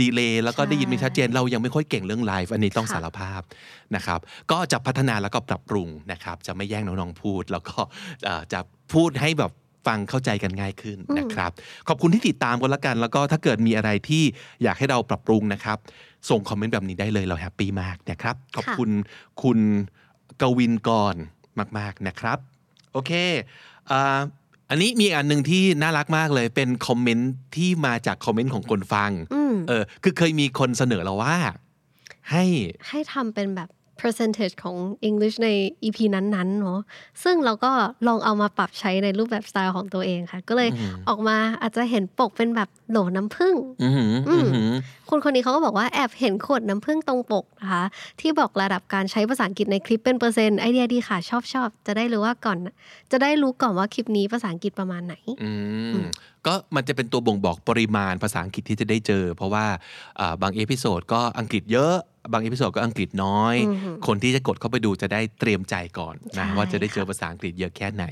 ดีเลย์แล้วก็ ใช่ ได้ยินไม่ชัดเจน เรายังไม่ค่อยเก่งเรื่องไลฟ์อันนี้ต้อง ค่ะ สารภาพนะครับ ก็จะพัฒนาแล้วก็ปรับปรุงนะครับ จะไม่แย่งน้องๆพูด แล้วก็เอ่อจะพูดให้แบบฟังเข้าใจกันง่ายขึ้นนะครับ ขอบคุณที่ติดตามกันละกัน แล้วก็ถ้าเกิดมีอะไรที่อยากให้เราปรับปรุงนะครับ ส่งคอมเมนต์แบบนี้ได้เลยเราแฮปปี้มากนะครับ ขอบคุณคุณกวินกรมาก ๆนะครับ โอเคอ่าอันนี้มีอันหนึ่งที่น่ารักมากเลย เป็นคอมเมนต์ที่มาจากคอมเมนต์ของคนฟัง อืม เออ คือเคยมีคนเสนอเราว่า ให้ ให้ทำเป็นแบบ percentage ของ English ใน EP นั้นๆ เนอะซึ่งเราก็ลองเอามาปรับใช้ในรูปแบบสไตล์ของตัวเองค่ะ ก็เลยออกมาอาจจะเห็นปกเป็นแบบโหลน้ำผึ้ง อือหืออือหือ คนคนนี้เขาก็บอกว่าแอบเห็นขวดน้ำผึ้งตรงปกนะคะที่บอกระดับการใช้ภาษาอังกฤษในคลิปเป็นเปอร์เซ็นต์ไอเดียดีค่ะชอบชอบจะได้รู้ว่าก่อน จะได้รู้ก่อนว่าคลิปนี้ภาษาอังกฤษประมาณไหน อืมก็มันจะเป็นตัวบ่งบอกปริมาณภาษาอังกฤษที่จะได้เจอ เพราะว่าอ่าบางเอพิโซดก็อังกฤษเยอะ บางเอพิโซดก็อังกฤษน้อย คนที่จะกดเข้าไปดูจะได้เตรียมใจก่อนนะ ใช่ ว่าจะได้เจอภาษาอังกฤษเยอะแค่ไหน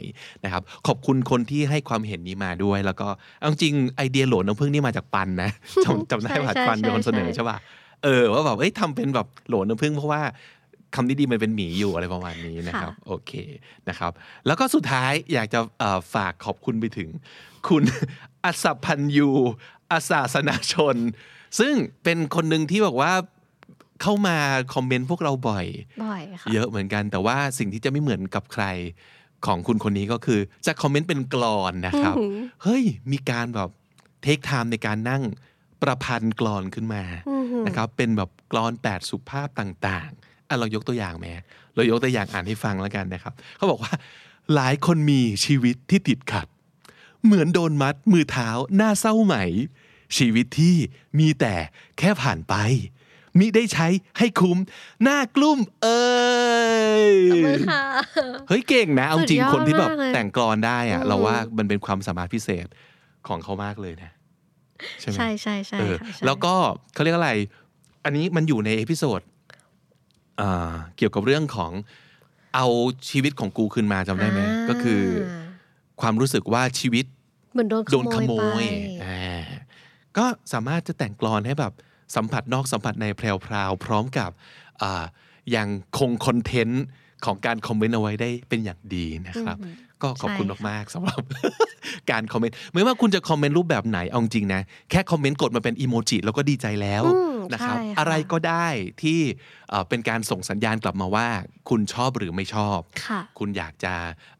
นะครับขอบคุณคนที่ให้ความเห็นนี้มาด้วย แล้วก็เอาจริงไอเดียโหลน้ำผึ้งนี่มาจากปันนะ จำจำได้ว่า ใช่ ปันเป็นคนเสนอ ใช่ ใช่ป่ะเออว่าแบบเอ้ยทำเป็นแบบโหลน้ำผึ้งเพราะว่าคำนี้ดีมันเป็นหมีอยู่อะไรประมาณนี้นะครับ โอเคนะครับ แล้วก็สุดท้ายอยากจะเอ่อฝากขอบคุณไปถึง คุณ อัศพันยูอาสาสนาชน ซึ่งเป็นคนหนึ่งที่บอกว่าเข้ามาคอมเมนต์พวกเราบ่อย บ่อยค่ะ เยอะเหมือนกันแต่ว่าสิ่งที่จะไม่เหมือนกับใครของคุณคนนี้ก็คือ จะคอมเมนต์เป็นกลอนนะครับ อือหือ เฮ้ย มีการแบบเทคไทม์ในการนั่งประพันธ์กลอนขึ้นมา อือหือ นะครับเป็นแบบกลอน 8 สุภาพต่างๆอ่ะเรายกตัวอย่างไหมเรายกตัวอย่างอ่านให้ฟังแล้วกันนะครับ เขาบอกว่าหลายคนมีชีวิตที่ติดขัด เหมือนโดนมัดมือเท้าหน้าเศร้าไหม ชีวิตที่มีแต่แค่ผ่านไป มิได้ใช้ให้คุ้ม หน้ากลุ่มเอ้ย ตบมือค่ะ เฮ้ยเก่งนะ เอาจริง สุดยอด คนที่แบบ มากเลย แต่งกลอนได้อะ อืม เราว่ามันเป็นความสามารถพิเศษของเขามากเลยนะ ใช่ไหม ใช่ใช่ใช่ เออ ค่ะใช่ แล้วก็เขาเรียกอะไร อันนี้มันอยู่ในเอพิโซดอ่าเกี่ยวกับเรื่องของเอาชีวิตของกูคืนมาจำได้ไหม อ่า ก็คือความรู้สึกว่าชีวิต เหมือนโดน โดนขโม ไป ยอ่าก็สามารถจะแต่งกลอนให้แบบสัมผัสนอกสัมผัสในแพรวพราวพร้อมกับอ่ายังคงคอนเทนต์ของการคอมเมนต์เอาไว้ได้เป็นอย่างดีนะครับ อืม ก็ขอบคุณ ใช่ค่ะ มากๆสำหรับ การคอมเมนต์ไม่ว่าคุณจะคอมเมนต์รูปแบบไหนเอาจริงนะ แค่คอมเมนต์กดมาเป็นอีโมจิแล้วก็ดีใจแล้ว อืม นะครับ ใช่ค่ะ อะไรก็ได้ที่เอ่อเป็นการส่งสัญญาณกลับมาว่า คุณชอบหรือไม่ชอบ ค่ะ คุณอยากจะ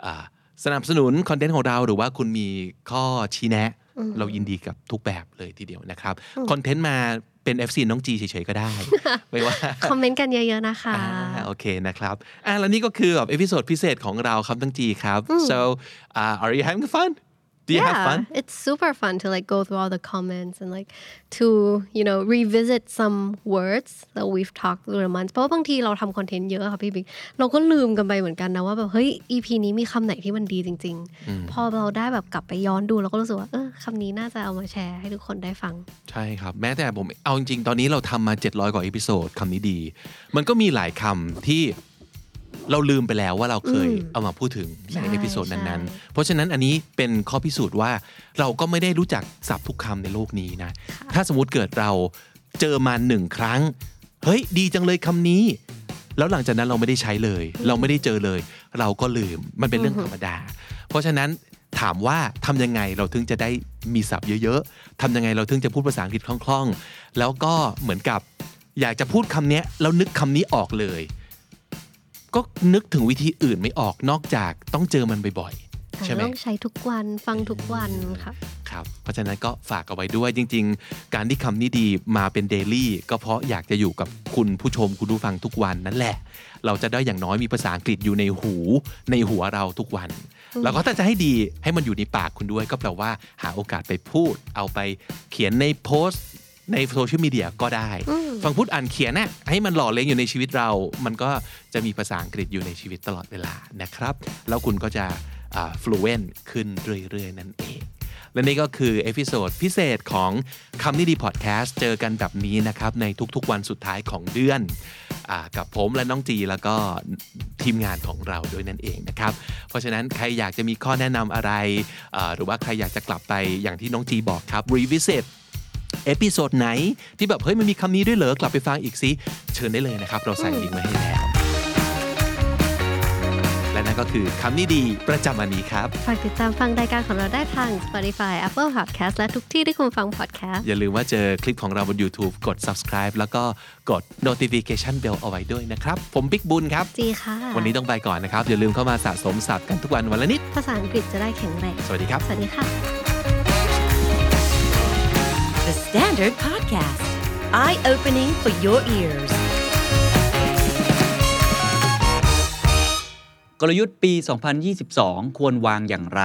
อ่าสนับสนุนคอนเทนต์ของเราหรือว่าคุณมีข้อชี้แนะ อืม เรายินดีกับทุกแบบเลยทีเดียวนะครับ อืม คอนเทนต์มาเป็น FC น้องจีเฉยๆก็ได้ ไม่ว่า คอมเมนต์กันเยอะๆนะคะ อ่าโอเคนะครับอ่าแล้วนี่ก็คือแบบเอพิโซดพิเศษของเราครับทั้งจีครับ อืม so uh, are you having fun do you have fun It's super fun to like go through all the comments and like to, you know, revisit some words that we've talked through the months. เพราะว่าบางทีเราทำคอนเทนต์เยอะอะค่ะพี่บิ๊กเราก็ลืมกันไปเหมือนกันนะว่าแบบเฮ้ย EP นี้มีคำไหนที่มันดีจริง ๆ พอเราได้แบบกลับไปย้อนดูเราก็รู้สึกว่าเออคำนี้น่าจะเอามาแชร์ให้ทุกคนได้ฟัง ใช่ครับ แม้แต่ผมเอาจริงๆ ตอนนี้เราทำมา 700 กว่าเอพิโซดคำนี้ดี มันก็มีหลายคำที่เราลืมไปแล้วว่าเราเคย อืม เอามาพูดถึงใน ใช่ เอพิโซดนั้น ใช่ ๆ เพราะฉะนั้นอันนี้เป็นข้อพิสูจน์ว่าเราก็ไม่ได้รู้จักศัพท์ทุกคำในโลกนี้นะ ถ้าสมมติเกิดเราเจอมาหนึ่งครั้ง เฮ้ย ดีจังเลยคำนี้ แล้วหลังจากนั้นเราไม่ได้ใช้เลย เราไม่ได้เจอเลย เราก็ลืมมันเป็นเรื่องธรรมดา เพราะฉะนั้นถามว่าทำยังไงเราถึงจะได้มีศัพท์เยอะๆทำยังไงเราถึงจะพูดภาษาอังกฤษคล่องๆ แล้วก็เหมือนกับอยากจะพูดคำเนี้ยแล้วนึกคำนี้ออกเลย ก็นึกถึงวิธีอื่นไม่ออกนอกจากต้องเจอมันบ่อยๆ ใช่ไหม ต้องใช้ทุกวันฟังทุกวันค่ะ ครับเพราะฉะนั้นก็ฝากเอาไว้ด้วยจริง ๆ การที่คำนี้ดีมาเป็นเดลี่ก็เพราะอยากจะอยู่กับคุณผู้ชมคุณผู้ฟังทุกวันนั่นแหละ เราจะได้อย่างน้อยมีภาษาอังกฤษอยู่ในหูในหัวเราทุกวัน แล้วก็ถ้าจะให้ดีให้มันอยู่ในปากคุณด้วย ก็แปลว่าหาโอกาสไปพูด เอาไปเขียนในโพสต์ ในโซเชียลมีเดียก็ได้ อืม ฟังพูดอ่านเขียนน่ะให้มันหล่อเลี้ยงอยู่ในชีวิตเรา มันก็จะมีภาษาอังกฤษอยู่ในชีวิตตลอดเวลานะครับ แล้วคุณก็จะอ่า fluent ขึ้นเรื่อยๆ นั่นเอง และนี่ก็คือเอพิโซดพิเศษของคำนี้ดีพอดแคสต์เจอกันแบบนี้นะครับ ในทุกๆวันสุดท้ายของเดือนอากับผมและน้องจีแล้วก็ทีมงานของเราด้วยนั่นเองนะครับ เพราะฉะนั้นใครอยากจะมีข้อแนะนำอะไรอ่าหรือว่าใครอยากจะกลับไปอย่างที่น้องจีบอกครับ revisit เอพิโซดไหนที่แบบเฮ้ยมันมีคำนี้ด้วยเหรอกลับไปฟังอีกซิเชิญได้เลยนะครับ เราใส่ลิงก์ไว้ให้แล้ว และนั่นก็คือคำนี้ดีประจำวันนี้ครับ ฝากติดตามฟังรายการของเราได้ทาง Spotify Apple Podcast และทุกที่ที่คุณฟัง podcast อย่าลืมว่าเจอคลิปของเราบน YouTube กด subscribe แล้วก็กด notification bell เอาไว้ด้วยนะครับ ผมบิ๊กบุญครับ จีค่ะ วันนี้ต้องไปก่อนนะครับ อย่าลืมเข้ามาสะสมศัพท์กันทุกวันวันละนิด ภาษาอังกฤษจะได้แข็งแรง สวัสดีครับ สวัสดีค่ะ The Standard Podcast, eye opening for your ears. กลยุทธ์ปี 2022 ควรวางอย่างไร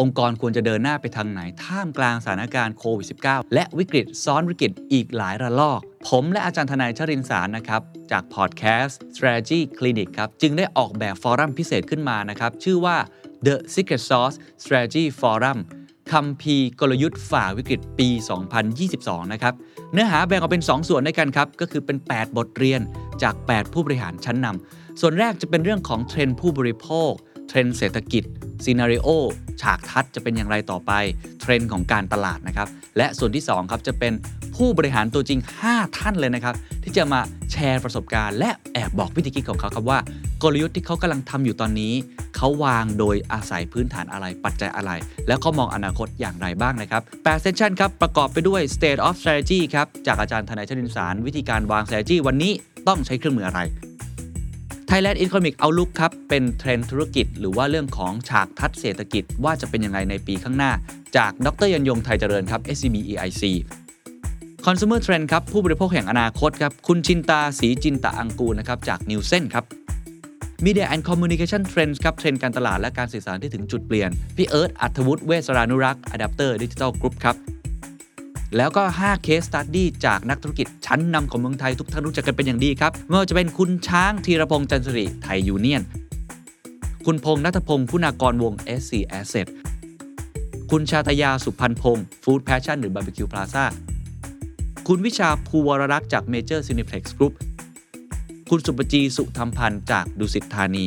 องค์กรควรจะเดินหน้าไปทางไหน ท่ามกลางสถานการณ์โควิด -19 และวิกฤตซ้อนวิกฤตอีกหลายระลอก ผมและอาจารย์ทนายชรินสารนะครับ จากพอดแคสต์ Strategy Clinic ครับ จึงได้ออกแบบฟอรัมพิเศษขึ้นมานะครับ ชื่อว่า The Secret Sauce Strategy Forum คำพีร์กลยุทธ์ฝ่าวิกฤตปี 2022 นะครับ เนื้อหาแบ่งออกเป็น 2 ส่วนด้วยกันครับ ก็คือเป็น 8 บทเรียนจาก 8 ผู้บริหารชั้นนำ ส่วนแรกจะเป็นเรื่องของเทรนด์ผู้บริโภค เทรนด์เศรษฐกิจซีนารีโอฉากทัศน์จะเป็นอย่างไรต่อไป เทรนด์ของการตลาดนะครับ และส่วนที่ 2 ครับจะเป็นผู้บริหารตัวจริง 5 ท่านเลยนะครับ ที่จะมาแชร์ประสบการณ์ และแอบบอกวิธีคิดของเขาครับว่า กลยุทธ์ที่เขากำลังทำอยู่ตอนนี้ เขาวางโดยอาศัยพื้นฐานอะไรปัจจัยอะไร แล้วก็มองอนาคตอย่างไรบ้างนะครับ8เซสชันครับประกอบไปด้วย state of strategy ครับจากอาจารย์ธนายชลินสาร วิธีการวาง strategy วันนี้ต้องใช้เครื่องมืออะไร Thailand Economic Outlook ครับ เป็นเทรนด์ธุรกิจ หรือว่าเรื่องของฉากทัศน์เศรษฐกิจว่าจะเป็นยังไงในปีข้างหน้า จากดรยันยงไทยเจริญครับ SCB EIC Consumer Trend ครับ ผู้บริโภคแห่งอนาคตครับ คุณชินตาสีจินตะอังกูลนะครับ จาก n i วเซนครับ Media and Communication Trends ครับ เทรนด์การตลาดและการสื่อสารที่ถึงจุดเปลี่ยน พี่เอิร์ธอัธวุฒิเวสรานุรักษ์อะแดปเตอร์ดิจิทัลกรุ๊ปครับ แล้วก็ 5 เคสตัดดี้จากนักธุรกิจชั้นนำของเมืองไทยทุกท่านรู้จักกันเป็นอย่างดีครับไม่ว่าจะเป็นคุณช้างธีรพงษ์จันทริไทยยูเนียน คุณพงษ์นัทพงศ์คุณากรวง SC Asset คุณชาตยาสุพันพงศ์ฟู้ดแพชชั่นหรือบาร์บีคิวพลาซ่าคุณวิชาภูวรรักษ์จากเมเจอร์ซินิเพล็กซ์กรุ๊ปคุณสุปจีสุธรรมพันธ์จากดุสิตธานี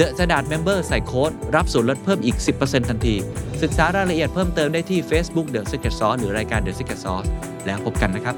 The Standard Member ใส่โค้ด รับส่วนลดเพิ่มอีก 10%ทันที ศึกษารายละเอียดเพิ่มเติมได้ที่ Facebook The Secret Sauce หรือรายการ The Secret Sauce แล้วพบกันนะครับ